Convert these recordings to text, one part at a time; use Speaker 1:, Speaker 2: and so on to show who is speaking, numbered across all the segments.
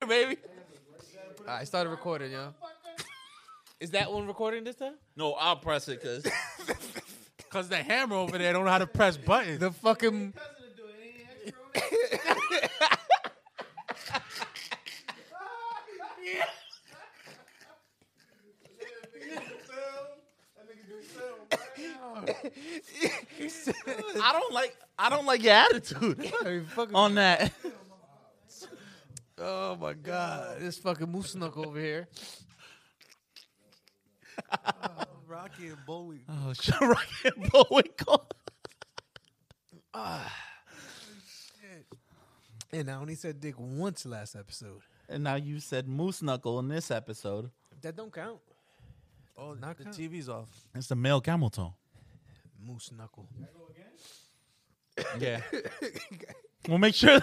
Speaker 1: baby.
Speaker 2: All right, started recording, yo.
Speaker 1: Is that one recording this time?
Speaker 3: No, I'll press it because
Speaker 1: Cause the hammer over there don't know how to press buttons.
Speaker 2: The fucking
Speaker 3: I don't like I don't like your attitude
Speaker 2: Hey, fucking-
Speaker 3: on that.
Speaker 2: Oh my god, this fucking moose knuck over here. Rocky and Bowie.
Speaker 3: Oh, Rocket Bowie call.
Speaker 2: And I only said dick once last episode.
Speaker 3: And now you said moose knuckle in this episode.
Speaker 2: That don't count. Oh, not
Speaker 1: The
Speaker 2: count.
Speaker 1: TV's off.
Speaker 3: It's the male camel toe.
Speaker 2: moose knuckle.
Speaker 3: Yeah. we'll make sure.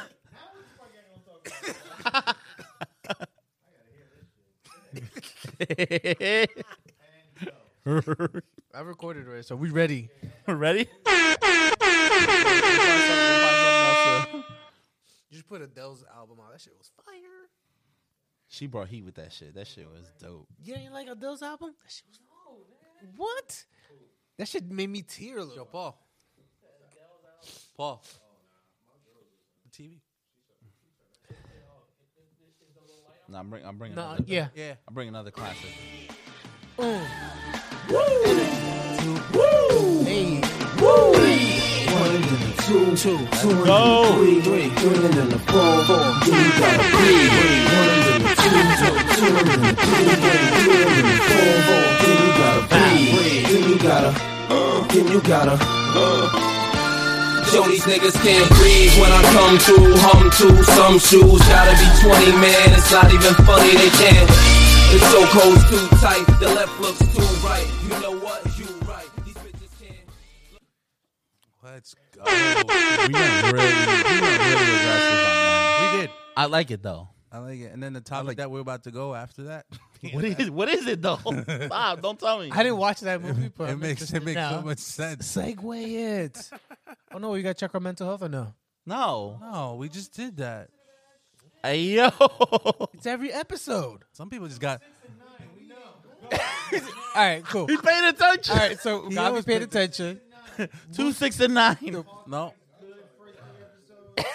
Speaker 2: I recorded already, so we ready.
Speaker 3: Ready?
Speaker 2: You just put Adele's album out. That shit was fire.
Speaker 3: She brought heat with that shit. That shit was dope.
Speaker 2: You ain't like Adele's album? That shit was What? That shit made me tear a little.
Speaker 1: Yo, Paul. Paul. The TV.
Speaker 3: No, I'm, bring, I'm bringing.
Speaker 2: Nah,
Speaker 3: another,
Speaker 2: yeah.
Speaker 1: Yeah.
Speaker 3: I'm bringing another classic.
Speaker 2: Hey,
Speaker 4: One and then a two, two, two and then a three, three, three and then a four, four. Then you got a three, three. One and then a two, two, two and then a three, three, three and then a four, four. Then you got a three, then you got a, uh, then you got a, uh. Yo, these niggas can't breathe when I come through. Hum to some shoes, gotta be 20, man. It's not even funny, they can't. It's so cold, too tight. The left looks too right. You know what? You right. These bitches can't.
Speaker 1: Let's go.
Speaker 3: We
Speaker 1: we
Speaker 3: went really, we went really aggressive on that.
Speaker 1: did.
Speaker 3: I like it though.
Speaker 1: I like it. And then the topic that we're about to go after that.
Speaker 3: What is what is it though? Bob, don't tell me.
Speaker 2: I didn't watch that movie, but
Speaker 1: it makes it makes so
Speaker 2: now.
Speaker 1: much sense.
Speaker 2: Segway it. oh no, you got to check our mental health or no?
Speaker 3: No.
Speaker 1: No, we just did that.
Speaker 3: Hey, yo.
Speaker 2: It's every episode.
Speaker 1: Some people just got
Speaker 2: All right, cool.
Speaker 3: He paid attention.
Speaker 2: All right, so Gabi
Speaker 1: always
Speaker 2: paid
Speaker 1: picked
Speaker 2: attention.
Speaker 3: Two, six, and nine. all
Speaker 1: no.
Speaker 3: right,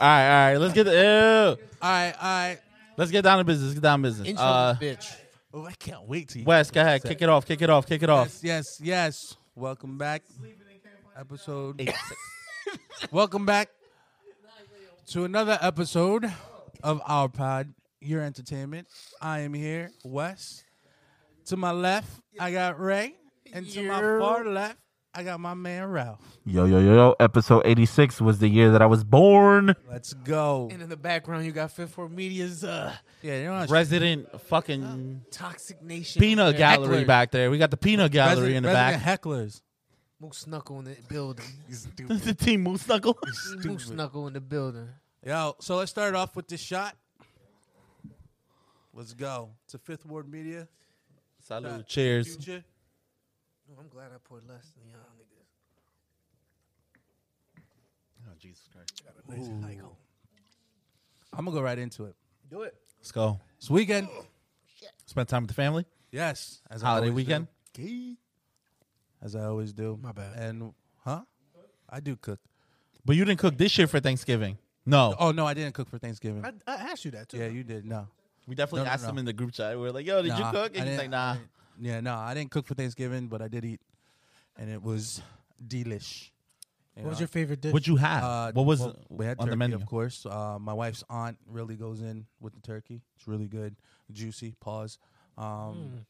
Speaker 3: all right. Let's get the, ew.
Speaker 1: All right, all right.
Speaker 3: Let's get down to business. Let's get down to business.
Speaker 2: Intro
Speaker 3: uh,
Speaker 2: this bitch.
Speaker 1: Oh, I can't wait to
Speaker 3: Wes, go ahead. Kick it off. Kick it off. Kick it off.
Speaker 1: Yes, yes, yes. Welcome back. Episode. Welcome back to another episode of our pod, Your Entertainment. I am here, Wes. To my left, I got Ray, and to my
Speaker 2: Yeah.
Speaker 1: far left, I got my man Ralph.
Speaker 3: Yo, yo, yo, yo. Episode 86 was the year that I was born.
Speaker 1: Let's go.
Speaker 2: And in the background, you got Fifth Four Media's uh,
Speaker 1: Yeah, you know what?
Speaker 3: Resident fucking
Speaker 2: Toxic Nation
Speaker 3: peanut
Speaker 2: Yeah.
Speaker 3: gallery
Speaker 2: Heckler.
Speaker 3: back there. We got the peanut gallery
Speaker 1: Resident-
Speaker 3: in the
Speaker 1: resident
Speaker 3: back.
Speaker 1: Hecklers.
Speaker 2: Moose Knuckle in the building.
Speaker 3: This is Team Moose Knuckle.
Speaker 2: Moose Knuckle in the building.
Speaker 1: Yo, so let's start off with this shot. Let's go to Fifth Ward Media.
Speaker 3: Salute. Cheers.
Speaker 1: Future.
Speaker 2: Oh, I'm glad I poured less than y'all niggas.
Speaker 3: Oh, Jesus Christ.
Speaker 1: I'm gonna go right into it.
Speaker 2: Do it.
Speaker 3: Let's go.
Speaker 1: This weekend,
Speaker 3: Spend time with the family.
Speaker 1: yes, as I
Speaker 3: Holiday
Speaker 1: always
Speaker 3: weekend.
Speaker 1: do. as I always do.
Speaker 2: My bad.
Speaker 1: And huh? I do cook.
Speaker 3: But you didn't cook this year for Thanksgiving. No.
Speaker 1: Oh no, I didn't cook for Thanksgiving.
Speaker 2: I, I asked you that too.
Speaker 1: yeah, you did. No.
Speaker 3: We definitely
Speaker 1: No, no,
Speaker 3: asked
Speaker 1: no.
Speaker 3: him in the group chat. We were like, yo, did
Speaker 1: Nah,
Speaker 3: you cook?
Speaker 1: I
Speaker 3: And he's like,
Speaker 1: didn't-
Speaker 3: nah.
Speaker 1: Yeah, no, I didn't cook for Thanksgiving, but I did eat, and it was delish. You
Speaker 2: What was
Speaker 1: know?
Speaker 2: your favorite dish?
Speaker 3: What'd you have?
Speaker 1: Uh,
Speaker 3: what was
Speaker 1: well, we had
Speaker 3: on
Speaker 1: turkey,
Speaker 3: the menu?
Speaker 1: Of course, uh, my wife's aunt really goes in with the turkey. It's really good, juicy. Pause. Um,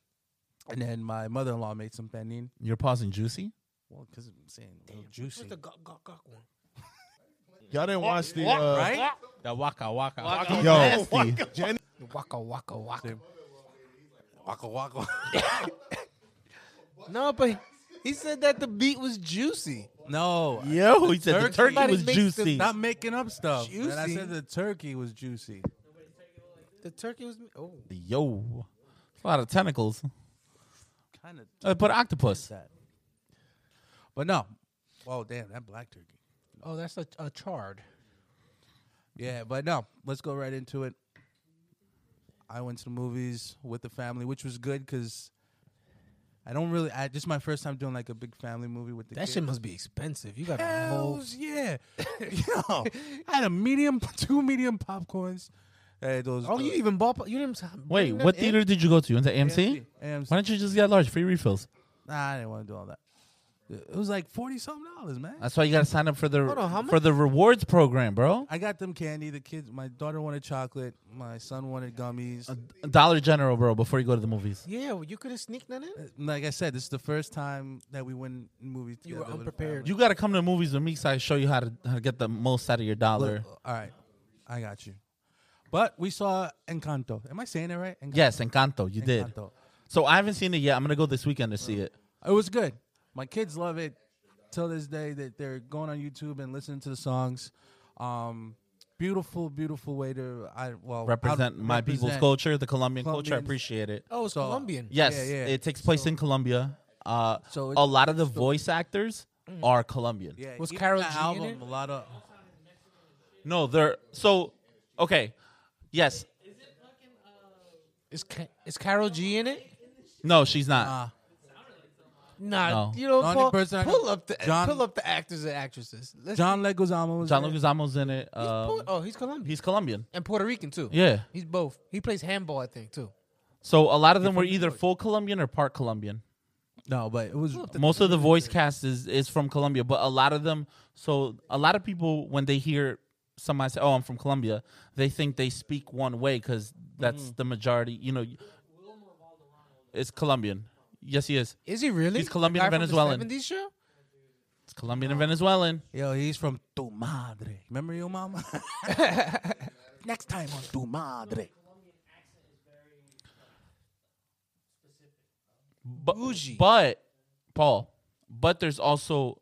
Speaker 1: And then my mother-in-law made some panin.
Speaker 3: You're pausing juicy?
Speaker 1: Well, because I'm saying a little
Speaker 2: What's
Speaker 1: juicy,
Speaker 2: the gawk, gawk, gawk one?
Speaker 5: Y'all didn't watch the uh,
Speaker 1: right?
Speaker 5: the Waka Waka. waka.
Speaker 3: Yo,
Speaker 5: Jenny,
Speaker 2: The Waka waka waka.
Speaker 1: Waka waka.
Speaker 2: No, but he said that the beat was juicy.
Speaker 1: no,
Speaker 3: yo, he said the
Speaker 1: Turkey.
Speaker 3: turkey
Speaker 2: Somebody
Speaker 3: was
Speaker 2: makes
Speaker 3: juicy.
Speaker 1: not making up stuff. And I
Speaker 2: Juicy?
Speaker 1: said the turkey was juicy.
Speaker 2: The turkey was oh
Speaker 3: yo, It's a lot of tentacles.
Speaker 1: Kind of
Speaker 3: Uh, but octopus.
Speaker 1: that. But no. Oh damn, that black turkey.
Speaker 2: oh that's a, a chard.
Speaker 1: Yeah, but no. Let's go right into it. I went to the movies with the family, which was good because I don't really. I, this is my first time doing like a big family movie with the
Speaker 2: That
Speaker 1: kids.
Speaker 2: shit must be expensive. You got a whole.
Speaker 1: Hells yeah. Yo, I had a medium, two medium popcorns. Hey, those. uh,
Speaker 2: Oh, you even bought? You didn't.
Speaker 3: Wait, what theater did you go to? You went to AMC?
Speaker 1: AMC.
Speaker 3: Why don't you just get large, free refills?
Speaker 1: Nah, I didn't want to do all that. It was like forty something dollars, man.
Speaker 3: That's why you gotta sign up for the
Speaker 2: on, how
Speaker 3: for the rewards program, bro.
Speaker 1: I got them candy. The kids, my daughter wanted chocolate. My son wanted
Speaker 3: Uh,
Speaker 1: gummies.
Speaker 3: Dollar General, bro. Before you go to the movies.
Speaker 2: Yeah, well, you couldn't sneak none
Speaker 3: Uh,
Speaker 2: in.
Speaker 1: like I said, this is the first time that we went in movies
Speaker 2: You
Speaker 1: together.
Speaker 2: were
Speaker 1: with the
Speaker 2: unprepared.
Speaker 1: family.
Speaker 3: You gotta come to the movies with me, so I show you how to how to get the most out of your dollar.
Speaker 1: Look, all right, I got you. But we saw Encanto. Am I saying it right? Encanto.
Speaker 3: Yes, Encanto, you did.
Speaker 1: Encanto.
Speaker 3: So I haven't seen it yet. I'm gonna go this weekend to see it.
Speaker 1: It was good. My kids love it till this day that they're going on YouTube and listening to the songs. Um, beautiful, beautiful way to I well
Speaker 3: Represent
Speaker 1: out-
Speaker 3: my people's
Speaker 1: represent.
Speaker 3: culture, the Colombian culture. I
Speaker 1: Colombians.
Speaker 3: appreciate it.
Speaker 2: Oh, it's
Speaker 1: So-
Speaker 2: Colombian.
Speaker 3: Yes,
Speaker 1: yeah.
Speaker 3: it takes place in Colombia. Uh,
Speaker 1: So
Speaker 3: a
Speaker 1: it's-
Speaker 3: lot of the voice actors are Colombian.
Speaker 1: Yeah,
Speaker 2: Was
Speaker 1: even
Speaker 2: Karol
Speaker 1: the
Speaker 2: G in
Speaker 1: album
Speaker 2: it?
Speaker 1: a lot of
Speaker 3: No, they're so okay. Yes,
Speaker 2: Is Ca- is Carol G in it?
Speaker 3: no, she's not.
Speaker 2: Nah,
Speaker 3: No.
Speaker 2: you know,
Speaker 1: The only
Speaker 2: pull,
Speaker 1: person I know-
Speaker 2: pull up the
Speaker 1: John-
Speaker 2: pull up the actors and actresses. Let's
Speaker 1: John Leguizamo was
Speaker 3: John
Speaker 1: there.
Speaker 3: Leguizamo's in it.
Speaker 2: he's
Speaker 3: um,
Speaker 2: Pu- oh, he's Colombian
Speaker 3: he's Colombian.
Speaker 2: and Puerto Rican too.
Speaker 3: Yeah.
Speaker 2: he's both. He plays handball, I think, too.
Speaker 3: So a lot of them were either full Colombian or part Colombian.
Speaker 1: No, but it was
Speaker 3: Most of the voice cast is is from Colombia, but a lot of them. So a lot of people when they hear somebody say, "Oh, I'm from Colombia," they think they speak one way because that's the majority. You know, it's Colombian. Yes, he is.
Speaker 2: Is he really?
Speaker 3: He's Colombian and Venezuelan.
Speaker 2: Seventies show.
Speaker 3: It's Colombian and Venezuelan.
Speaker 1: yo. He's from Tu Madre. Remember your mama? Next time on Tu Madre.
Speaker 3: But,
Speaker 2: Bougie.
Speaker 3: but Paul, but there's also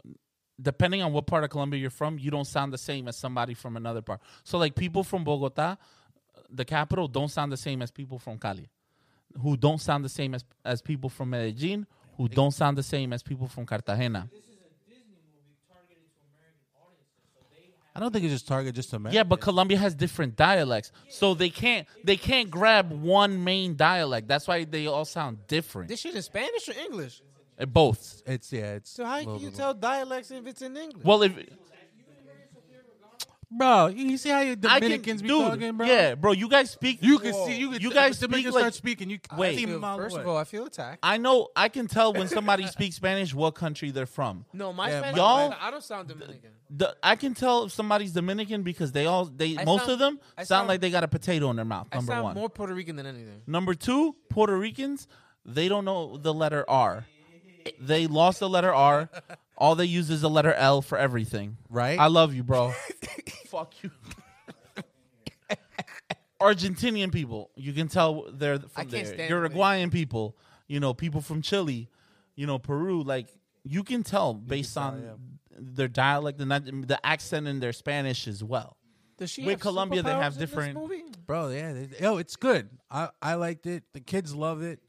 Speaker 3: depending on what part of Colombia you're from, you don't sound the same as somebody from another part. So like people from Bogota, the capital, don't sound the same as people from Cali, who don't sound the same as as people from Medellin, who don't sound the same as people from Cartagena.
Speaker 1: I don't think it's just target just America.
Speaker 3: Yeah, but Colombia has different dialects, so they can't they can't grab one main dialect. That's why they all sound different.
Speaker 2: This shit in Spanish or English?
Speaker 3: Uh, Both.
Speaker 1: it's yeah, it's
Speaker 2: So how can you tell dialects if it's in English?
Speaker 3: Well, if
Speaker 1: bro? You see how you
Speaker 3: I can,
Speaker 1: Dominicans be
Speaker 3: dude,
Speaker 1: talking, bro?
Speaker 3: yeah, bro, you guys speak.
Speaker 1: You can see you. Can
Speaker 3: You guys
Speaker 1: the
Speaker 3: speak
Speaker 1: Dominicans
Speaker 3: like
Speaker 1: start speaking. You can
Speaker 3: Wait.
Speaker 1: see
Speaker 2: I feel-
Speaker 1: them out
Speaker 2: first of
Speaker 1: what?
Speaker 2: all, I feel attacked.
Speaker 3: I know I can tell when somebody speaks Spanish what country they're from.
Speaker 2: No, my
Speaker 1: Yeah,
Speaker 2: Spanish.
Speaker 3: y'all-
Speaker 2: I don't sound Dominican.
Speaker 3: The, I can tell if somebody's Dominican because they all they
Speaker 2: I
Speaker 3: most
Speaker 2: sound-
Speaker 3: of them
Speaker 2: I
Speaker 3: sound,
Speaker 2: sound-
Speaker 3: like they got a potato in their mouth.
Speaker 2: I
Speaker 3: Number
Speaker 2: sound
Speaker 3: one.
Speaker 2: more Puerto Rican than anything.
Speaker 3: number two, Puerto Ricans, they don't know the letter R. They lost the letter R. All they use is the letter L for everything.
Speaker 1: Right?
Speaker 3: I love you, bro. Fuck you. Argentinian people, you can tell they're from
Speaker 2: I can't
Speaker 3: there.
Speaker 2: stand
Speaker 3: Uruguayan people, you know, people from Chile, you know, Peru. Like you can tell based on their dialect and that, the accent in their Spanish as well.
Speaker 2: Does she
Speaker 3: With
Speaker 2: have
Speaker 3: Colombia, they have
Speaker 2: superpowers in this
Speaker 3: different-
Speaker 2: movie?
Speaker 1: bro. Yeah, they, yo, it's good. I I liked it. The kids loved it,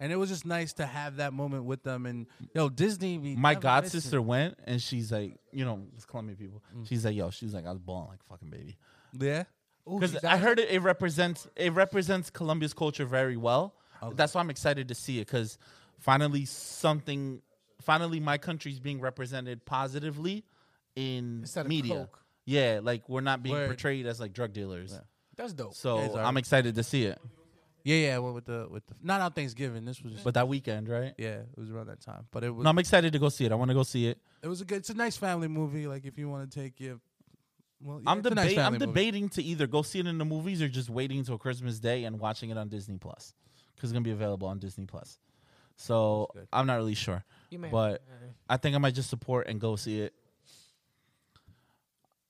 Speaker 1: and it was just nice to have that moment with them. And yo, Disney. We
Speaker 3: my
Speaker 1: never
Speaker 3: god
Speaker 1: miss Mm.
Speaker 3: sister went and she's like, you know, it's Colombian people. She's like, yo, she's like, I was born like a fucking baby.
Speaker 1: it. Yeah.
Speaker 3: Because I heard it, it represents it represents Colombia's culture very well. That's why I'm excited to see it because finally something, finally my country's being represented positively in
Speaker 2: Instead of
Speaker 3: media.
Speaker 2: Coke.
Speaker 3: Yeah, like we're not being
Speaker 1: Word.
Speaker 3: portrayed as like drug dealers.
Speaker 2: That's dope.
Speaker 3: So
Speaker 1: Guys are-
Speaker 3: I'm excited to see it.
Speaker 1: Yeah, yeah. I went with the with the not on Thanksgiving. This was just,
Speaker 3: But that weekend, right?
Speaker 1: yeah, it was around that time. But it was
Speaker 3: No, I'm excited to go see it. I want to go see it.
Speaker 1: it was a good. It's a nice family movie. Like if you want to take your well, yeah,
Speaker 3: I'm,
Speaker 1: it's a
Speaker 3: deba-
Speaker 1: nice
Speaker 3: I'm
Speaker 1: family movie.
Speaker 3: debating to either go see it in the movies or just waiting until Christmas Day and watching it on Disney Plus because it's gonna be available on Disney Plus. So I'm not really sure,
Speaker 2: You may have-
Speaker 3: but I think I might just support and go see it.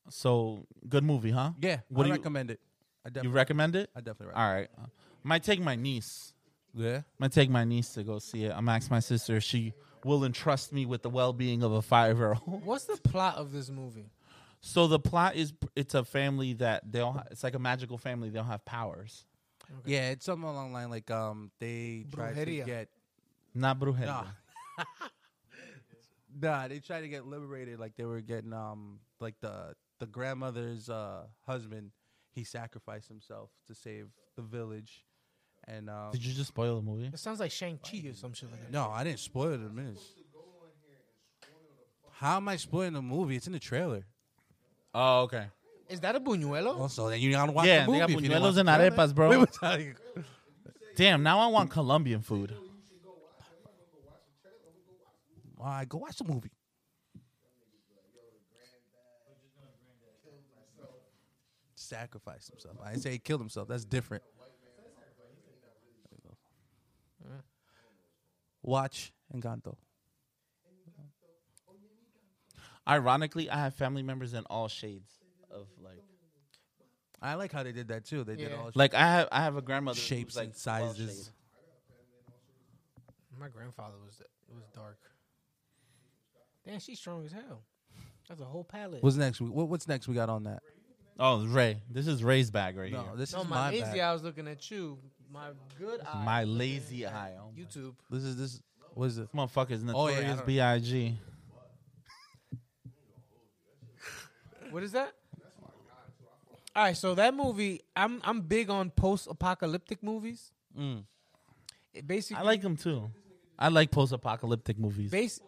Speaker 3: So good movie, huh?
Speaker 1: Yeah,
Speaker 3: What
Speaker 1: I
Speaker 3: do you-
Speaker 1: recommend it. I
Speaker 3: you
Speaker 1: definitely,
Speaker 3: recommend it?
Speaker 1: I definitely recommend.
Speaker 3: All right, might take my niece.
Speaker 1: it. Yeah.
Speaker 3: I'm gonna take my niece to go see it. I'm gonna ask my sister if she will entrust me with the well-being of a five-year-old.
Speaker 2: What's the plot of this movie?
Speaker 3: So the plot is it's a family that they all ha- it's like a magical family. They all have powers.
Speaker 1: Yeah, it's something along the line like um they tried to
Speaker 2: Brujeria.
Speaker 1: get
Speaker 3: Not brujeria.
Speaker 1: nah. nah, they tried to get liberated like they were getting um like the the grandmother's uh husband, he sacrificed himself to save the village And um,
Speaker 3: Did you just spoil the movie?
Speaker 2: It sounds like Shang Chi or some shit like that.
Speaker 1: no, I didn't spoil the minutes. How am I spoiling the movie? It's in the trailer.
Speaker 3: Oh, okay.
Speaker 2: Is that a buñuelo?
Speaker 1: Also, then you gotta watch
Speaker 3: Yeah,
Speaker 1: the
Speaker 3: they
Speaker 1: movie.
Speaker 3: got
Speaker 1: if you didn't watch
Speaker 3: buñuelos
Speaker 1: the
Speaker 3: and
Speaker 1: trailer.
Speaker 3: arepas, bro.
Speaker 1: We were talking-
Speaker 3: Damn, now I want Colombian food.
Speaker 1: All right, go watch the movie. Sacrifice himself. I didn't say he killed himself. That's different. Watch Encanto.
Speaker 3: Ironically, I have family members in all shades of like,
Speaker 1: I like how they did that too. They did
Speaker 2: Yeah.
Speaker 1: all
Speaker 3: like I have I have a grandmother who's,
Speaker 1: shapes
Speaker 3: like
Speaker 1: and
Speaker 3: 12 shade.
Speaker 1: sizes.
Speaker 2: My grandfather was it was dark. Damn, she's strong as hell. That's a whole palette.
Speaker 1: What's next? We- What, what's next? We got on that.
Speaker 3: Oh, Ray, this is Ray's bag right
Speaker 1: No,
Speaker 3: here.
Speaker 1: this
Speaker 2: no,
Speaker 1: is
Speaker 2: my
Speaker 1: my
Speaker 2: lazy
Speaker 1: bag.
Speaker 2: eye was looking at you. My good eye.
Speaker 3: My
Speaker 2: was looking
Speaker 3: lazy
Speaker 2: at
Speaker 3: eye, oh my-
Speaker 2: YouTube.
Speaker 1: This is this. What is it?
Speaker 3: Motherfuckers,
Speaker 1: Oh, yeah,
Speaker 3: notorious
Speaker 1: yeah.
Speaker 3: B.I.G.
Speaker 2: What is that? All right, so that movie, I'm I'm big on post-apocalyptic movies.
Speaker 1: Mm.
Speaker 2: It basically,
Speaker 3: I like them too. I like post-apocalyptic movies.
Speaker 2: base.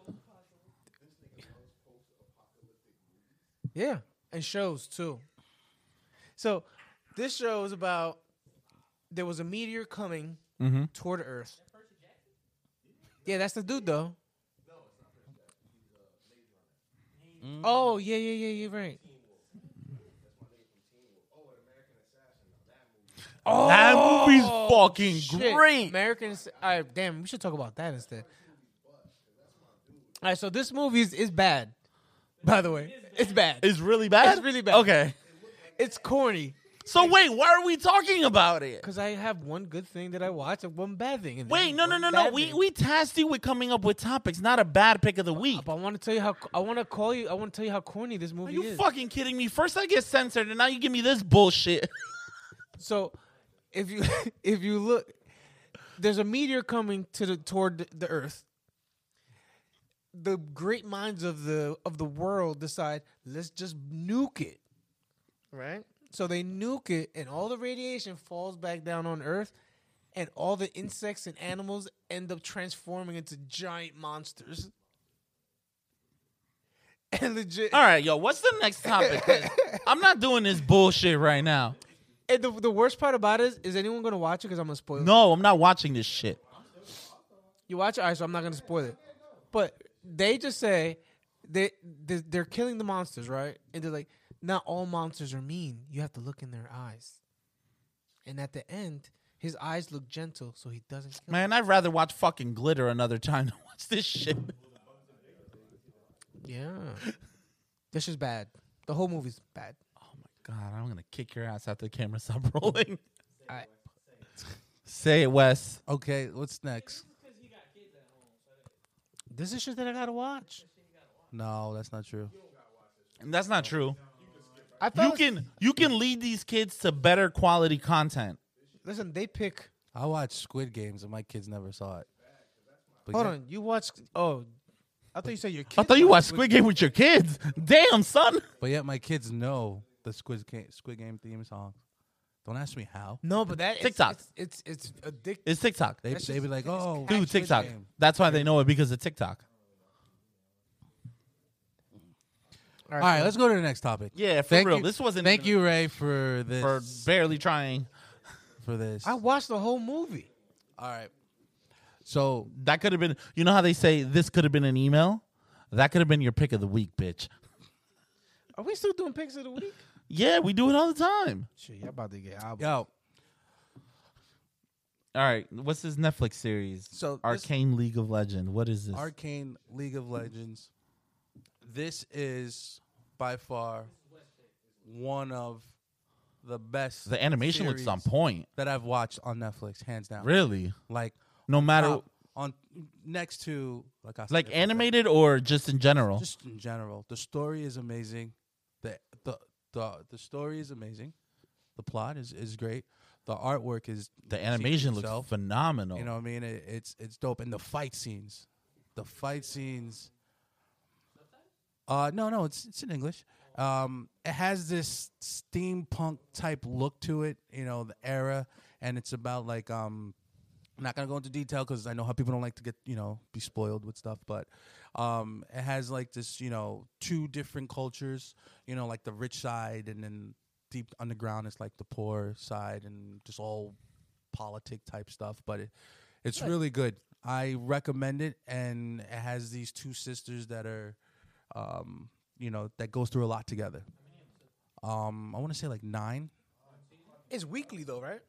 Speaker 2: Yeah, and shows too. So, this show is about there was a meteor coming toward Earth. Yeah, that's the dude though. Oh yeah, yeah, yeah, yeah, right.
Speaker 3: that
Speaker 1: Oh,
Speaker 3: movie's fucking
Speaker 2: Shit.
Speaker 3: great.
Speaker 2: Americans. All right, damn, we should talk about that instead. All right, so this movie is, is bad. By the way, it's bad. It's,
Speaker 3: It's really bad.
Speaker 2: It's really bad.
Speaker 3: Okay.
Speaker 2: corny.
Speaker 3: So wait, why are we talking about it?
Speaker 2: Cause I have one good thing that I watch and one bad thing. and
Speaker 3: Wait,
Speaker 2: then
Speaker 3: no, no,
Speaker 2: one
Speaker 3: no, no.
Speaker 2: bad
Speaker 3: We
Speaker 2: thing.
Speaker 3: we tasked you with coming up with topics, not a bad pick of the week.
Speaker 2: But I want to tell you how. I want to call you. I want to tell you how corny this
Speaker 3: Are
Speaker 2: movie
Speaker 3: you
Speaker 2: is.
Speaker 3: fucking kidding me? First I get censored, and now you give me this bullshit.
Speaker 2: So, if you if you look, there's a meteor coming to the toward the Earth. The great minds of the of the world decide let's just nuke it, right? So they nuke it, and all the radiation falls back down on Earth, and all the insects and animals end up transforming into giant monsters. And legit,
Speaker 3: All right, yo, what's the next topic? 'Cause I'm not doing this bullshit right now.
Speaker 2: and the, the worst part about it is, is anyone going to watch it? Because I'm gonna spoil. it.
Speaker 3: No, I'm not watching this shit.
Speaker 2: You watch it, all right, so I'm not gonna spoil it. But they just say they they're, they're killing the monsters, right? And they're like, not all monsters are mean. You have to look in their eyes. And at the end, his eyes look gentle, so he doesn't. Kill
Speaker 3: Man, I'd rather watch fucking Glitter another time than watch this shit.
Speaker 2: them. Yeah, this is bad. The whole movie's bad.
Speaker 3: Oh my god, I'm gonna kick your ass after the camera stop rolling.
Speaker 2: I,
Speaker 3: Say it, Wes.
Speaker 1: Okay, what's next?
Speaker 2: this is shit that I gotta watch.
Speaker 1: No, that's not true.
Speaker 3: And that's not true.
Speaker 2: I
Speaker 3: You
Speaker 2: felt
Speaker 3: can you can lead these kids to better quality content.
Speaker 2: listen. They pick.
Speaker 1: I watched Squid Games and my kids never saw it. But
Speaker 2: Hold
Speaker 1: yeah.
Speaker 2: on, you watch. Oh, I thought you said your kid.
Speaker 3: I thought you watched Squid Game with your kids. Damn, son.
Speaker 1: But yet my kids know the Squid Game, Squid Game theme song. Don't ask me how.
Speaker 2: No, but that it's-
Speaker 3: TikTok.
Speaker 2: It's it's, it's addictive.
Speaker 3: It's TikTok.
Speaker 1: They
Speaker 2: That's
Speaker 1: they be
Speaker 2: just-
Speaker 1: like,
Speaker 2: it's
Speaker 1: oh,
Speaker 2: catchy.
Speaker 3: Dude,
Speaker 2: Squid
Speaker 3: TikTok.
Speaker 1: Game.
Speaker 3: That's why they know it because of TikTok.
Speaker 1: All right, let's go to the next topic.
Speaker 3: Yeah, for
Speaker 1: Thank
Speaker 3: real.
Speaker 1: you-
Speaker 3: This wasn't
Speaker 1: Thank
Speaker 3: even-
Speaker 1: you, Ray, for this.
Speaker 3: For
Speaker 1: For,
Speaker 3: barely trying.
Speaker 1: this.
Speaker 2: I watched the whole movie.
Speaker 1: All right. So
Speaker 3: That could have been you know how they say this could have been an email? That could have been your pick of the week, bitch.
Speaker 2: Are we still doing picks of the week?
Speaker 3: Yeah, we do it all the time.
Speaker 2: Shit, y'all about to get album.
Speaker 1: yo,
Speaker 3: All right, what's this Netflix series?
Speaker 1: So this-
Speaker 3: Arcane League of Legend. What is this?
Speaker 1: Arcane League of Legends. This is by far one of the best.
Speaker 3: the animation looks
Speaker 1: series
Speaker 3: on point.
Speaker 1: that I've watched on Netflix, hands down.
Speaker 3: Really?
Speaker 1: Like
Speaker 3: No matter
Speaker 1: top- on next to like I said,
Speaker 3: like
Speaker 1: it's
Speaker 3: animated or just in general?
Speaker 1: just in general the story is amazing the the the, the story is amazing the plot is, is great the artwork is
Speaker 3: the
Speaker 1: speaks
Speaker 3: animation
Speaker 1: for
Speaker 3: looks
Speaker 1: itself.
Speaker 3: phenomenal.
Speaker 1: you know what i mean it, it's it's dope and the fight scenes the fight scenes uh no no it's it's in english um it has this steampunk type look to it you know the era and it's about like um, I'm not gonna go into detail because I know how people don't like to get you know be spoiled with stuff, but um, it has like this you know two different cultures, you know like the rich side and then deep underground is like the poor side and just all politic type stuff, but it, it's really good. I recommend it, and it has these two sisters that are, um, you know, that goes through a lot together. Um, I want to say like nine.
Speaker 2: It's weekly though, right?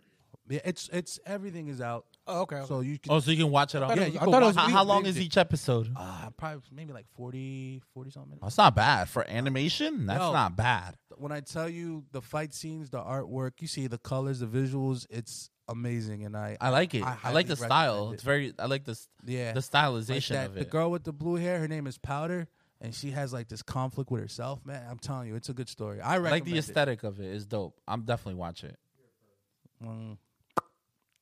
Speaker 1: Yeah, it's it's everything is out,
Speaker 2: Oh, okay.
Speaker 1: so you can
Speaker 3: Oh, so you can watch it all.
Speaker 2: thought it
Speaker 1: Yeah,
Speaker 2: was-
Speaker 1: you
Speaker 2: I
Speaker 1: go
Speaker 2: thought it
Speaker 1: watch-
Speaker 2: was
Speaker 3: How, how
Speaker 2: weekly.
Speaker 3: long is each episode?
Speaker 1: uh, probably maybe like 40, 40 something. minutes.
Speaker 3: That's not bad for animation. That's
Speaker 1: No.
Speaker 3: not bad.
Speaker 1: Uh, When I tell you the fight scenes, the artwork, you see the colors, the visuals, it's amazing, and I,
Speaker 3: I like it.
Speaker 1: I
Speaker 3: I,
Speaker 1: highly
Speaker 3: like the style.
Speaker 1: recommend
Speaker 3: It's very. I like this.
Speaker 1: Yeah.
Speaker 3: The
Speaker 1: Like
Speaker 3: stylization
Speaker 1: that-
Speaker 3: of
Speaker 1: The
Speaker 3: it.
Speaker 1: girl with the blue hair, her name is Powder, and she has like this conflict with herself. Man, I'm telling you, it's a good story. I
Speaker 3: I
Speaker 1: recommend
Speaker 3: like the
Speaker 1: it.
Speaker 3: aesthetic of it. It's dope. I'm definitely watching it.
Speaker 1: Mm.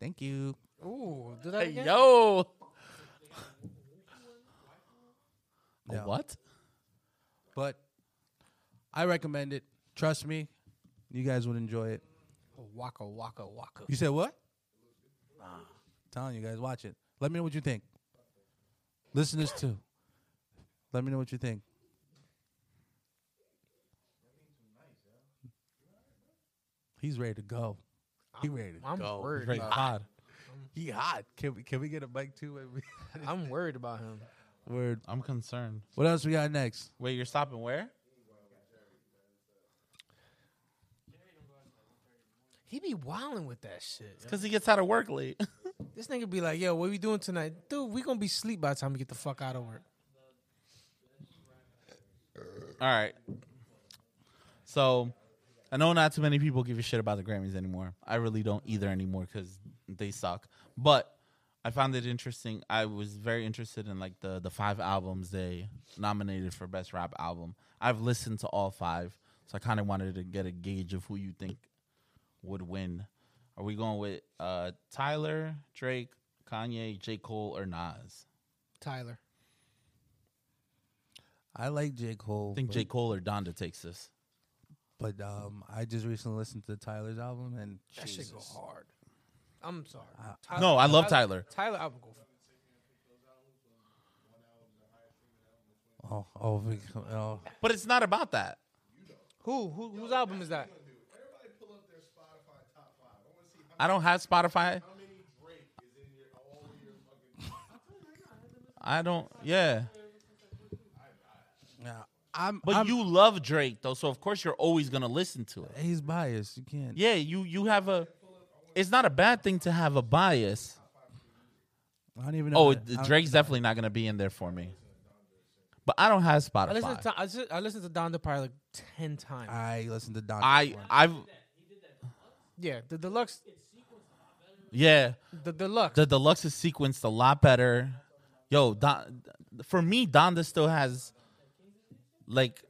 Speaker 1: Thank you.
Speaker 2: Ooh, did I? again?
Speaker 3: yo. A
Speaker 1: Yeah.
Speaker 3: What?
Speaker 1: But I recommend it. Trust me, you guys would enjoy it.
Speaker 2: Waka waka waka.
Speaker 1: You said what? telling you guys, watch it. Let me know what you think. Listeners too. Let me know what you think. He's ready to go. He ready to
Speaker 2: I'm
Speaker 1: go.
Speaker 2: worried.
Speaker 3: Great
Speaker 2: about-
Speaker 3: pod.
Speaker 1: He hot. Can we can we get a mic too?
Speaker 2: I'm worried about him.
Speaker 1: Word.
Speaker 3: I'm concerned.
Speaker 1: What else we got next?
Speaker 3: Wait, you're stopping where?
Speaker 2: He be wilding with that shit.
Speaker 3: Because he gets out of work late.
Speaker 2: This nigga be like, yo, what we doing tonight? Dude, we gonna be sleep by the time we get the fuck out of work.
Speaker 3: All right. So, I know not too many people give a shit about the Grammys anymore. I really don't either anymore because they suck. But I found it interesting. I was very interested in like the the five albums they nominated for best rap album. I've listened to all five, so I kind of wanted to get a gauge of who you think would win. Are we going with uh, Tyler, Drake, Kanye, J. Cole, or Nas?
Speaker 2: Tyler.
Speaker 1: I like J. Cole.
Speaker 3: I think
Speaker 1: but-
Speaker 3: J. Cole or Donda takes this.
Speaker 1: But um, I just recently listened to Tyler's album, and
Speaker 2: That shit go
Speaker 1: Jesus.
Speaker 2: hard. I'm sorry.
Speaker 3: No, I love Tyler.
Speaker 2: Tyler, I would go. For.
Speaker 1: Oh, oh, we- oh.
Speaker 3: But it's not about that.
Speaker 2: Who, who? Whose album is that?
Speaker 3: I don't have Spotify. I don't. Yeah,
Speaker 1: Yeah, I'm.
Speaker 3: but
Speaker 1: I'm-
Speaker 3: you love Drake though, so of course you're always gonna listen to it.
Speaker 1: he's biased. You can't.
Speaker 3: Yeah, you you have a. It's not a bad thing to have a bias.
Speaker 1: I don't even know.
Speaker 3: Oh,
Speaker 1: how to- I don't-
Speaker 3: Drake's definitely not gonna be in there for me. But I don't have
Speaker 1: Oh,
Speaker 2: I listened to
Speaker 3: Spotify.
Speaker 2: I, just, I listened to Donda probably like ten times.
Speaker 1: I listened to Don.
Speaker 3: I I've
Speaker 2: yeah, the deluxe,
Speaker 3: yeah.
Speaker 2: the deluxe.
Speaker 3: The deluxe is sequenced a lot better. Yo, Don, for me, Donda still has like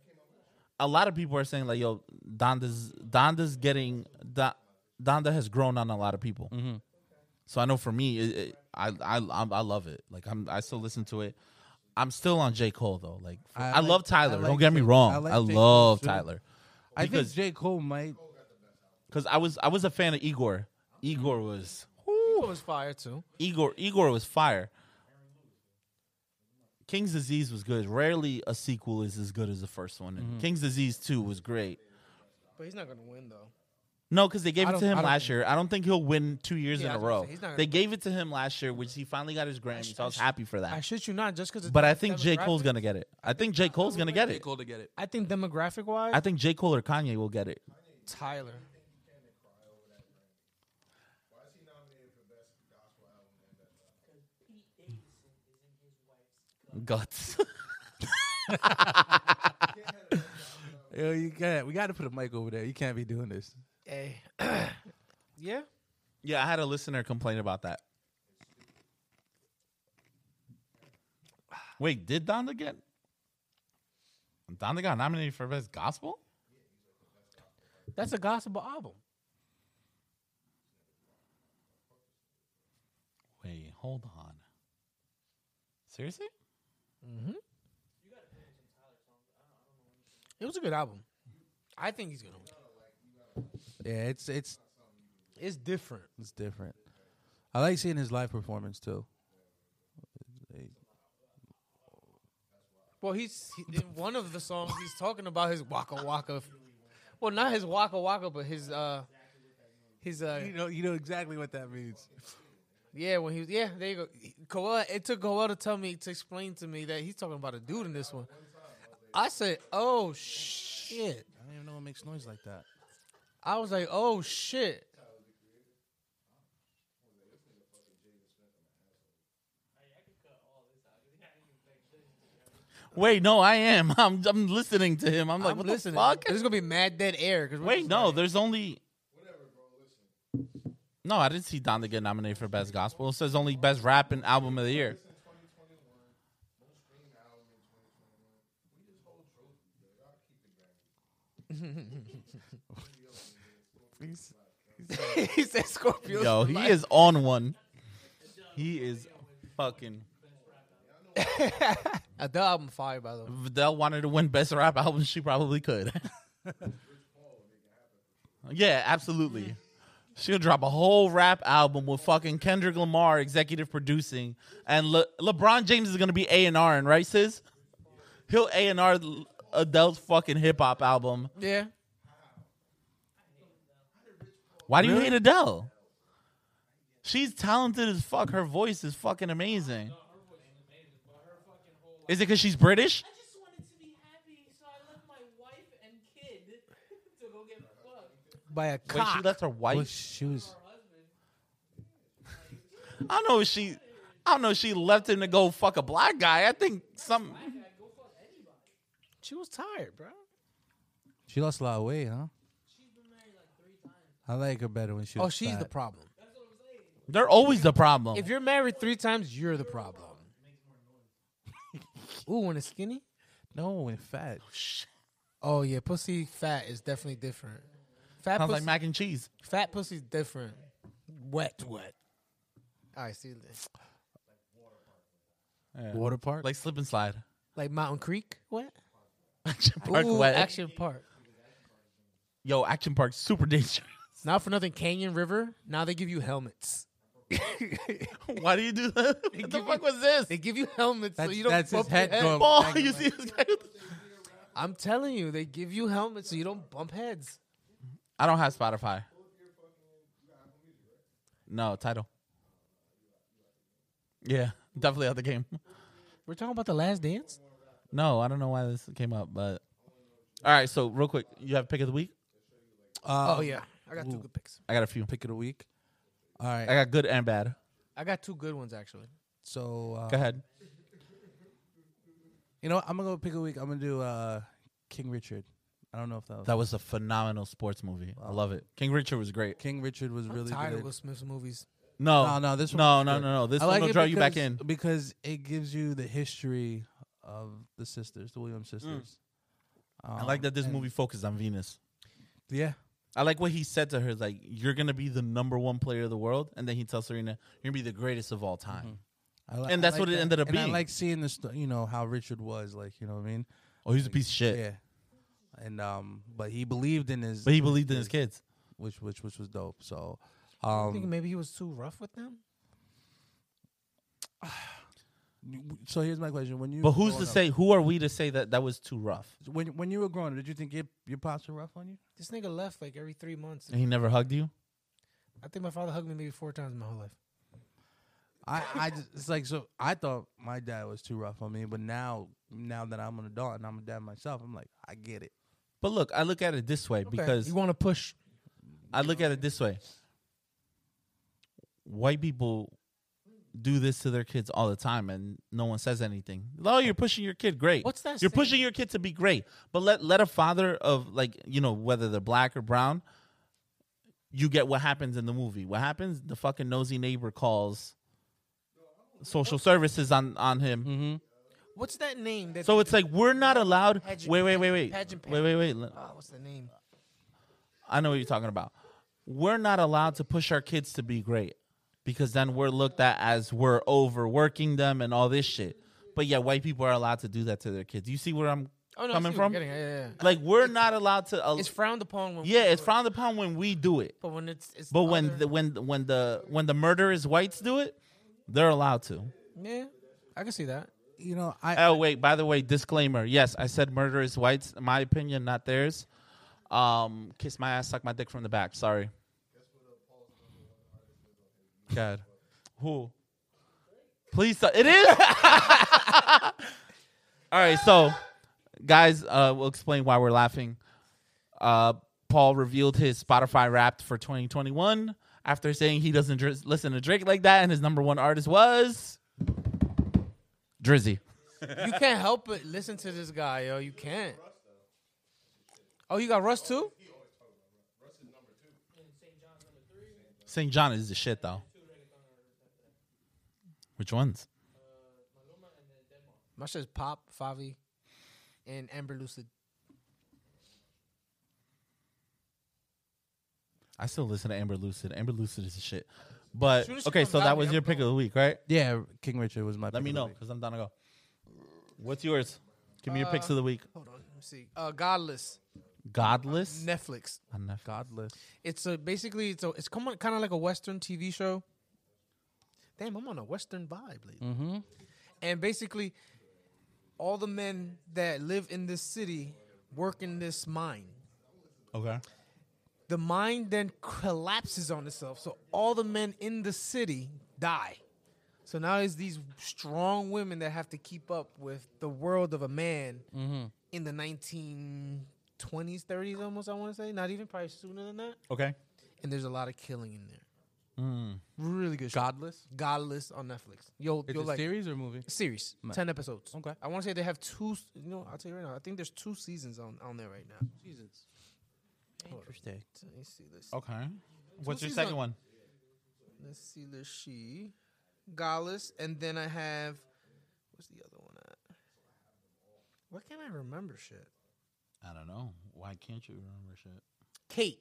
Speaker 3: a lot of people are saying like, yo, Donda's Donda's getting Don, Donda has grown on a lot of people.
Speaker 1: Mm-hmm.
Speaker 3: So I know for me, it, it, I I I'm, I love it. Like I'm I still listen to it. I'm still on J Cole though. Like for-
Speaker 1: I
Speaker 3: I,
Speaker 1: like-
Speaker 3: love Tyler.
Speaker 1: I like
Speaker 3: Don't get me
Speaker 1: J-
Speaker 3: wrong.
Speaker 1: I
Speaker 3: I,
Speaker 1: like J. Cole
Speaker 3: love
Speaker 1: too.
Speaker 3: Tyler
Speaker 1: I think
Speaker 3: because-
Speaker 1: J. Cole might.
Speaker 3: because I was I was a fan of Igor. Igor was
Speaker 2: Who was fire too?
Speaker 3: Igor Igor was fire. King's Disease was good. Rarely a sequel is as good as the first one. And
Speaker 2: Mm-hmm.
Speaker 3: King's Disease 2 was great.
Speaker 2: But he's not gonna win though.
Speaker 3: No, because they gave
Speaker 2: I
Speaker 3: it to
Speaker 2: don't- I
Speaker 3: him
Speaker 2: don't
Speaker 3: last
Speaker 2: think-
Speaker 3: year. I don't think he'll win two years
Speaker 2: Yeah, I
Speaker 3: in a
Speaker 2: was gonna
Speaker 3: row.
Speaker 2: say, he's not gonna-
Speaker 3: they gave it to him last year, which he finally got his Grammy. So I was happy for
Speaker 2: I
Speaker 3: that.
Speaker 2: shit you not, just because.
Speaker 3: But I think J. Cole's gonna get it. I think J. Cole's gonna get it.
Speaker 1: to get it.
Speaker 2: I think demographic wise,
Speaker 3: I think J. Cole or Kanye will get it.
Speaker 2: Tyler.
Speaker 3: Guts.
Speaker 1: Yo, you can't. We got to put a mic over there. You can't be doing this.
Speaker 2: Hey. Eh. yeah.
Speaker 3: yeah, I had a listener complain about that. Wait, did Donda get? Donda got nominated for best gospel?
Speaker 2: That's a gospel album.
Speaker 3: Wait, hold on. Seriously?
Speaker 2: It was a good album. I think he's gonna win.
Speaker 1: Yeah, it's it's
Speaker 2: It's different.
Speaker 1: It's different. I like seeing his live performance too.
Speaker 2: Well, he's he, in one of the songs he's talking about his waka waka. Well, not his waka waka, but his uh, his uh,
Speaker 1: know, you know exactly what that means.
Speaker 2: yeah. When he was yeah, there you go. Coel. It took Coel to tell me to explain to me that he's talking about a dude in this one. I said, oh shit.
Speaker 1: I don't even know what makes noise like that.
Speaker 2: I was like, oh shit.
Speaker 3: Wait, no, I am. I'm I'm listening to him. I'm like,
Speaker 2: I'm
Speaker 3: what
Speaker 2: listening.
Speaker 3: the fuck?
Speaker 2: There's gonna be mad dead air. Cause we're
Speaker 3: Wait,
Speaker 2: just
Speaker 3: no,
Speaker 2: like-
Speaker 3: there's only. No, I didn't see Donda get nominated for Best Gospel. It says only Best Rap and Album of the Year.
Speaker 2: he said Scorpio.
Speaker 3: Yo, he is on one. He is fucking.
Speaker 2: Adele album fire by the way.
Speaker 3: If Adele wanted to win Best Rap Album, she probably could. yeah, absolutely. She'll drop a whole rap album with fucking Kendrick Lamar executive producing, and Le- LeBron James is gonna be A and R, and right, sis? He'll A and R Adele's fucking hip hop album.
Speaker 2: Yeah.
Speaker 3: Why do you hate Adele? She's talented as fuck. Her voice is fucking amazing. Is it because she's British?
Speaker 6: I just wanted to be happy, so I left my wife and kid to go get fucked.
Speaker 2: By a
Speaker 3: Wait,
Speaker 2: cock.
Speaker 3: she left her wife.
Speaker 1: Well, she was.
Speaker 3: I don't know if she I don't know if she left him to go fuck a black guy. I think some
Speaker 2: she was tired, bro.
Speaker 1: She lost a lot of weight, huh? I like her better when she. Was
Speaker 2: Oh, she's the
Speaker 1: fat.
Speaker 2: problem.
Speaker 3: they're always the problem.
Speaker 2: If you're married three times, you're the problem. Ooh, when it's skinny?
Speaker 1: no when fat.
Speaker 2: Oh yeah, pussy fat is definitely different. Fat
Speaker 3: Sounds
Speaker 2: pussy,
Speaker 3: like mac and cheese.
Speaker 2: fat pussy's different. Wet, wet. All right, see you later.
Speaker 1: Water park.
Speaker 3: Like slip and slide.
Speaker 2: Like Mountain Creek, wet.
Speaker 3: Action Park
Speaker 2: Ooh,
Speaker 3: wet.
Speaker 2: Action Park.
Speaker 3: Yo, Action Park super dangerous.
Speaker 2: Not for nothing, Canyon River. Now they give you helmets.
Speaker 3: Why do you do that? What the fuck was this?
Speaker 2: They give you helmets so
Speaker 1: That's-
Speaker 2: you don't
Speaker 1: that's his
Speaker 2: bump your
Speaker 1: head going-
Speaker 3: Ball. You see this guy? with-
Speaker 2: I'm telling you, they give you helmets so you don't bump heads.
Speaker 3: I don't have Spotify. No title. Yeah, definitely out the game.
Speaker 2: We're talking about the last dance.
Speaker 3: No, I don't know why this came up, but all right. So real quick, you have pick of the week.
Speaker 1: Uh,
Speaker 2: oh yeah, I got two good picks.
Speaker 3: I got a few.
Speaker 1: Pick of the week. All right.
Speaker 3: I got good and bad.
Speaker 2: I got two good ones actually.
Speaker 1: so uh,
Speaker 3: Go ahead.
Speaker 1: You know, what? I'm gonna go pick a week. I'm gonna do uh, King Richard. I don't know if that was
Speaker 3: That was a phenomenal sports movie. I love it. King Richard was great.
Speaker 1: King Richard was really
Speaker 2: Tired of
Speaker 1: good.
Speaker 2: Will Smith's movies.
Speaker 3: No,
Speaker 1: No, no, this one
Speaker 3: Oh. no,
Speaker 1: was
Speaker 3: no,
Speaker 1: good.
Speaker 3: no, no. This
Speaker 1: I
Speaker 3: one
Speaker 1: like
Speaker 3: will
Speaker 1: it
Speaker 3: draw you back in.
Speaker 1: because- because it gives you the history of the sisters, the
Speaker 2: Mm.
Speaker 1: Williams sisters. Um,
Speaker 3: I
Speaker 1: Oh,
Speaker 3: like that this movie focused on Venus.
Speaker 1: Yeah,
Speaker 3: I like what he said to her. Like, you're gonna be the number one player of the world, and then he tells Serena, "You're gonna be the greatest of all
Speaker 1: Mm-hmm.
Speaker 3: time."
Speaker 1: I li-
Speaker 3: And
Speaker 1: I
Speaker 3: that's
Speaker 1: like
Speaker 3: what it
Speaker 1: that.
Speaker 3: ended up
Speaker 1: and I
Speaker 3: being.
Speaker 1: like seeing this, you know, how Richard was like, you know what I mean?
Speaker 3: Oh, he's a piece of shit,
Speaker 1: Yeah, and um, but he believed in his,
Speaker 3: but he believed in his kids.
Speaker 1: which which which was dope. So,
Speaker 2: I think
Speaker 1: um,
Speaker 2: maybe he was too rough with them.
Speaker 1: so here's my question: When you
Speaker 3: But who's
Speaker 1: growing
Speaker 3: to
Speaker 1: up-
Speaker 3: say? Who are we to say that that was too rough?
Speaker 1: when when you were growing up, did you think your your pops were rough on you?
Speaker 2: This nigga left like every three months.
Speaker 3: And he never hugged you.
Speaker 2: I think my father hugged me maybe four times in my whole life.
Speaker 1: I, I just, it's like so I thought my dad was too rough on me, but now now that I'm an adult and I'm a dad myself, I'm like I get it.
Speaker 3: But look, I look at it this way because
Speaker 2: you want to push.
Speaker 3: I look at it this way. White people do this to their kids all the time and no one says anything. Oh, you're pushing your kid great.
Speaker 2: What's that
Speaker 3: You're
Speaker 2: saying?
Speaker 3: pushing your kid to be great. But let let a father of like, you know, whether they're black or brown, you get what happens in the movie. What happens? The fucking nosy neighbor calls social services on on him.
Speaker 2: Mm-hmm. What's that name? That
Speaker 3: So it's like we're not allowed
Speaker 2: Pageant-
Speaker 3: Wait, wait, wait, wait.
Speaker 2: pageant
Speaker 3: Wait, wait, wait. Let-
Speaker 2: Ah, what's the name?
Speaker 3: I know what you're talking about. We're not allowed to push our kids to be great because then we're looked at as we're overworking them and all this shit. But yeah, white people are allowed to do that to their kids. You see where I'm
Speaker 2: Oh, no, I
Speaker 3: coming
Speaker 2: see what
Speaker 3: from.
Speaker 2: you're getting at, yeah, yeah.
Speaker 3: Like we're not allowed to. al-
Speaker 2: It's frowned upon when.
Speaker 3: yeah,
Speaker 2: we
Speaker 3: it's
Speaker 2: do it,
Speaker 3: frowned upon when we do it,
Speaker 2: But when it's, it's
Speaker 3: but when
Speaker 2: other-
Speaker 3: the, when when the when the murderous whites do it, they're allowed to.
Speaker 2: yeah, I can see that.
Speaker 1: You know, I
Speaker 3: Oh wait, by the way, disclaimer. Yes, I said murderous whites. My opinion, not theirs. Um, kiss my ass, suck my dick from the back. Sorry. God, who? Please, stop. it is. All right, so guys, uh, we'll explain why we're laughing. Uh, Paul revealed his Spotify Wrapped for 2021 after saying he doesn't dri- listen to Drake like that, and his number one artist was Drizzy.
Speaker 2: You can't help but listen to this guy, yo. You can't. Oh, you got Russ too?
Speaker 3: St. John is the shit though. Which ones?
Speaker 2: My shit's Pop, Favi, and Amber Lucid.
Speaker 3: I still listen to Amber Lucid. Amber Lucid is the shit. But
Speaker 2: Soon as she
Speaker 3: okay,
Speaker 2: comes
Speaker 3: so
Speaker 2: out,
Speaker 3: that
Speaker 2: we
Speaker 3: was
Speaker 2: have
Speaker 3: your
Speaker 2: to
Speaker 3: pick of the week, right?
Speaker 1: yeah, King Richard was my.
Speaker 3: Let me know because I'm down to go. What's yours? Give me your
Speaker 2: Uh,
Speaker 3: picks of the week.
Speaker 2: Hold on, let me see. Uh, Godless,
Speaker 3: Godless.
Speaker 2: Netflix.
Speaker 3: I don't know.
Speaker 1: Godless.
Speaker 2: It's a basically it's a, it's kind of kind of like a Western TV show. Damn, I'm on a Western vibe lately. And basically, all the men that live in this city work in this mine.
Speaker 3: Okay.
Speaker 2: The mine then collapses on itself, so all the men in the city die. So now it's these strong women that have to keep up with the world of a man
Speaker 1: Mm-hmm.
Speaker 2: in the 1920s, 30s, almost. I want to say, not even probably sooner than that.
Speaker 3: Okay.
Speaker 2: And there's a lot of killing in there. Really good. show.
Speaker 1: Mm. Godless?
Speaker 2: Godless on Netflix. You'll
Speaker 1: It's
Speaker 2: you'll
Speaker 1: a
Speaker 2: like
Speaker 1: series or movie?
Speaker 2: series, ten episodes.
Speaker 1: Okay.
Speaker 2: I want to say they have two. s- You know, I'll tell you right now. I think there's two seasons on on there right now. Seasons.
Speaker 1: Interesting.
Speaker 2: Let me see this.
Speaker 3: Okay. What's your
Speaker 2: seasons
Speaker 3: second
Speaker 2: on-
Speaker 3: one?
Speaker 2: Let's see the she, Godless, and then I have what's the other one at? What can I remember? Shit.
Speaker 3: I don't know. Why can't you remember shit?
Speaker 2: Kate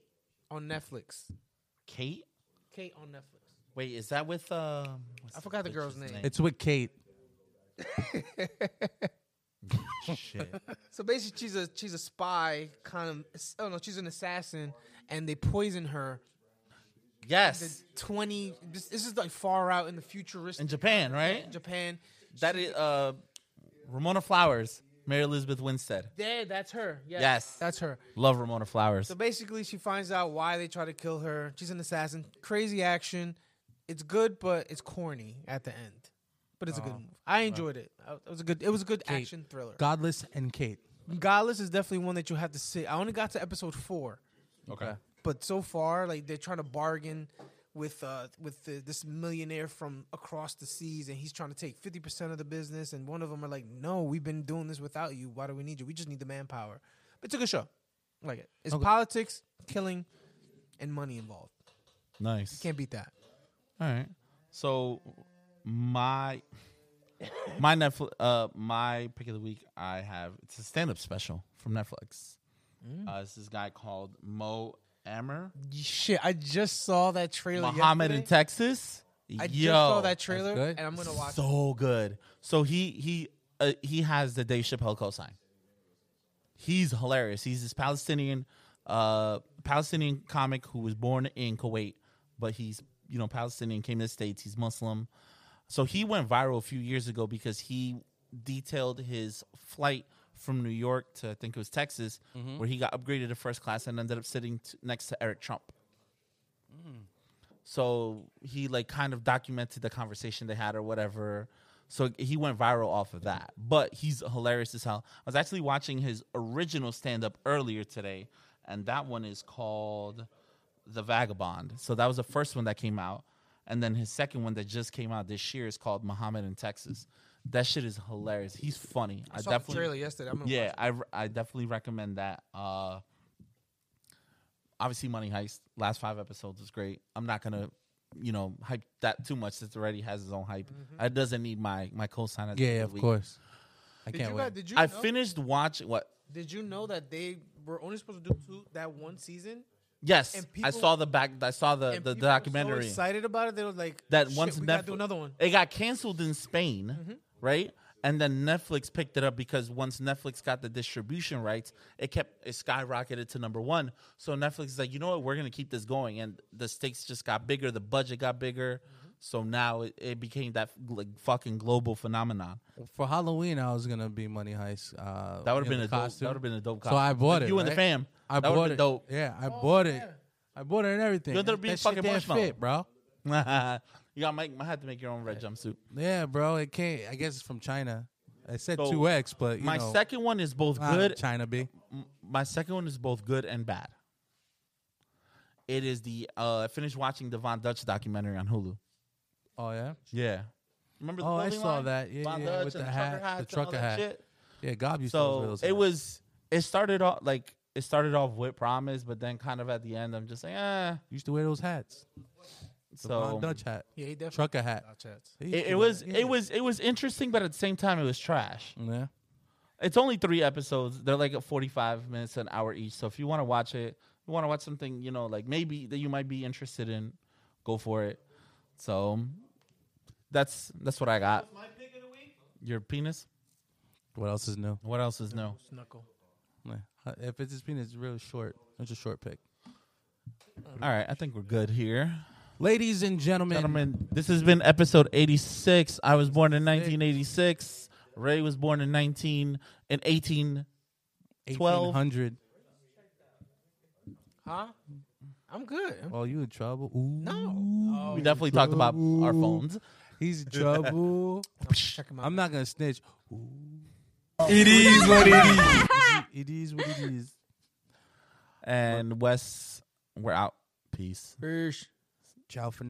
Speaker 2: on Netflix.
Speaker 3: Kate.
Speaker 2: Kate on Netflix.
Speaker 3: Wait, is that with? Um, what's
Speaker 2: I forgot the
Speaker 3: bitch's
Speaker 2: girl's name.
Speaker 1: It's with Kate.
Speaker 3: shit.
Speaker 2: So basically, she's a she's a spy kind of. Oh no, she's an assassin, and they poison her. The
Speaker 3: Yes,
Speaker 2: twenty. This, this is like far out in the futuristic
Speaker 3: in Japan, right?
Speaker 2: Japan.
Speaker 3: That is uh, Ramona Flowers, Mary Elizabeth Winstead.
Speaker 2: Yeah, that's her. Yes,
Speaker 3: Yes.
Speaker 2: that's her.
Speaker 3: Love Ramona Flowers.
Speaker 2: So basically, she finds out why they try to kill her. She's an assassin. Crazy action. It's good, but it's corny at the end. But it's a good move. I enjoyed it. I- It was a good. It was a good action thriller.
Speaker 1: Godless and Kate.
Speaker 2: Godless is definitely one that you have to sit. I only got to episode four.
Speaker 3: Okay.
Speaker 2: but so far like they're trying to bargain with uh with the, this millionaire from across the seas and he's trying to take 50% of the business and one of them are like no we've been doing this without you why do we need you we just need the manpower but it's a good show I like it it's politics killing and money involved
Speaker 3: Nice.
Speaker 2: can't beat that
Speaker 3: All right. So my my Netflix uh my pick of the week I have it's a stand up special from Netflix.
Speaker 2: Mm.
Speaker 3: Uh, it's this guy called Mo Ammer.
Speaker 2: shit i just saw that trailer
Speaker 3: Muhammad in
Speaker 2: yesterday.
Speaker 3: Texas.
Speaker 2: i just
Speaker 3: Yo,
Speaker 2: saw that trailer
Speaker 1: good.
Speaker 2: and i'm gonna watch it
Speaker 3: so good. So he he uh, he has the Dave Chappelle cosign. He's hilarious. He's this Palestinian uh Palestinian comic who was born in Kuwait, but he's you know Palestinian came to the states. He's Muslim. So he went viral a few years ago because he detailed his flight from New York to I think it was Texas,
Speaker 2: Mm-hmm.
Speaker 3: where he got upgraded to first class and ended up sitting t- next to Eric Trump. So he like kind of documented the conversation they had or whatever. So he went viral off of that. But he's hilarious as hell. I was actually watching his original stand up earlier today, and that one is called The Vagabond. So that was the first one that came out. And then his second one that just came out this year is called Muhammad in Texas. That shit is hilarious. He's funny. I,
Speaker 2: I saw the trailer yesterday i'm gonna
Speaker 3: yeah,
Speaker 2: watch
Speaker 3: I, re- I definitely recommend that. Uh, obviously, Money Heist last five episodes is great. I'm not gonna, you know, hype that too much. It already has its own hype.
Speaker 2: Mm-hmm.
Speaker 3: It doesn't need my my co-sign. at the end
Speaker 1: Yeah,
Speaker 3: the
Speaker 1: of
Speaker 3: week.
Speaker 1: course. I
Speaker 2: it did
Speaker 1: can't
Speaker 2: you,
Speaker 1: wait.
Speaker 2: guys- did you
Speaker 3: I
Speaker 2: know-
Speaker 3: finished watching what?
Speaker 2: did you know that they were only supposed to do two, that one season
Speaker 3: Yes,
Speaker 2: And
Speaker 3: I
Speaker 2: people-
Speaker 3: saw the back. I saw the
Speaker 2: And
Speaker 3: the
Speaker 2: people were so
Speaker 3: documentary
Speaker 2: excited about it, they were like,
Speaker 3: that
Speaker 2: "Shit,
Speaker 3: once
Speaker 2: we
Speaker 3: Netflix
Speaker 2: gotta do another one."
Speaker 1: Mm-hmm.
Speaker 3: It got canceled in Spain, right? and then Netflix picked it up because once Netflix got the distribution rights, it kept it skyrocketed to number one. So Netflix is like, you know what, we're gonna keep this going, and the stakes just got bigger, the budget got bigger,
Speaker 1: Mm-hmm.
Speaker 3: so now it, it became that like fucking global phenomenon.
Speaker 1: For Halloween, I was gonna be Money Heist. Uh,
Speaker 3: That would
Speaker 1: in
Speaker 3: have been
Speaker 1: the
Speaker 3: a dope, that would have been a dope.
Speaker 1: So I bought
Speaker 3: Like,
Speaker 1: it.
Speaker 3: You and the
Speaker 1: right?
Speaker 3: fam.
Speaker 1: I
Speaker 3: that
Speaker 1: bought
Speaker 3: would've
Speaker 1: it.
Speaker 3: been dope.
Speaker 1: Oh, Yeah, I bought it. I bought it and everything.
Speaker 3: You ended up
Speaker 1: That
Speaker 3: being
Speaker 1: shit
Speaker 3: fucking
Speaker 1: didn't
Speaker 3: marshmallow.
Speaker 1: fit, bro.
Speaker 3: you got Mike. Might have to make your own red jumpsuit.
Speaker 1: Yeah, bro. It can't. I guess it's from China. I said
Speaker 3: So,
Speaker 1: two X, but you
Speaker 3: My
Speaker 1: know,
Speaker 3: second one is both
Speaker 1: I don't know,
Speaker 3: good.
Speaker 1: China B.
Speaker 3: m- my second one is both good and bad. It is the uh, I finished watching the Von Dutch documentary on Hulu.
Speaker 1: Oh yeah,
Speaker 3: Yeah, remember? The
Speaker 1: Oh, I
Speaker 3: clothing
Speaker 1: saw
Speaker 3: line?
Speaker 1: that. Yeah,
Speaker 3: Von
Speaker 1: yeah,
Speaker 3: Dutch
Speaker 1: with
Speaker 3: and
Speaker 1: the
Speaker 3: the
Speaker 1: hat,
Speaker 3: trucker
Speaker 1: the
Speaker 3: hats and all
Speaker 1: trucker
Speaker 3: that
Speaker 1: hat.
Speaker 3: shit.
Speaker 1: yeah. Gob used to
Speaker 3: So
Speaker 1: those
Speaker 3: it was. It started off like it started off with promise, but then kind of at the end, I'm just like, eh.
Speaker 1: used to wear those hats. The
Speaker 3: So
Speaker 1: Von Dutch hat,
Speaker 2: Yeah, he definitely
Speaker 1: trucker hat.
Speaker 2: chats.
Speaker 1: He used
Speaker 3: it,
Speaker 1: to
Speaker 3: it
Speaker 1: wear
Speaker 3: was
Speaker 1: yeah.
Speaker 3: it was it was interesting, but at the same time, it was trash.
Speaker 1: yeah.
Speaker 3: It's only three episodes. They're like a 45 minutes to an hour each. So if you want to watch it, you want to watch something, you know, like maybe that you might be interested in, go for it. So that's that's what I got.
Speaker 6: My pick of the week?
Speaker 3: Your penis?
Speaker 1: What else is new?
Speaker 3: What else is new?
Speaker 2: Knuckle.
Speaker 1: Yeah. Uh, If it's his penis, it's real short. It's a short pick.
Speaker 3: All right, I think we're good here.
Speaker 1: Ladies and gentlemen,
Speaker 3: Gentlemen, this has been episode 86. I was born in 1986. Ray was born in 19 in 18. 12.
Speaker 1: 1800.
Speaker 2: Huh? I'm good.
Speaker 1: Oh, you in trouble? Ooh,
Speaker 2: No.
Speaker 3: Oh.
Speaker 2: Oh,
Speaker 3: We definitely talked about our phones.
Speaker 1: he's in trouble.
Speaker 2: Check him out.
Speaker 1: I'm not gonna snitch.
Speaker 5: It is what it is.
Speaker 1: It is what it is.
Speaker 3: And Wes, we're out. Peace.
Speaker 2: Peace.
Speaker 1: Ciao for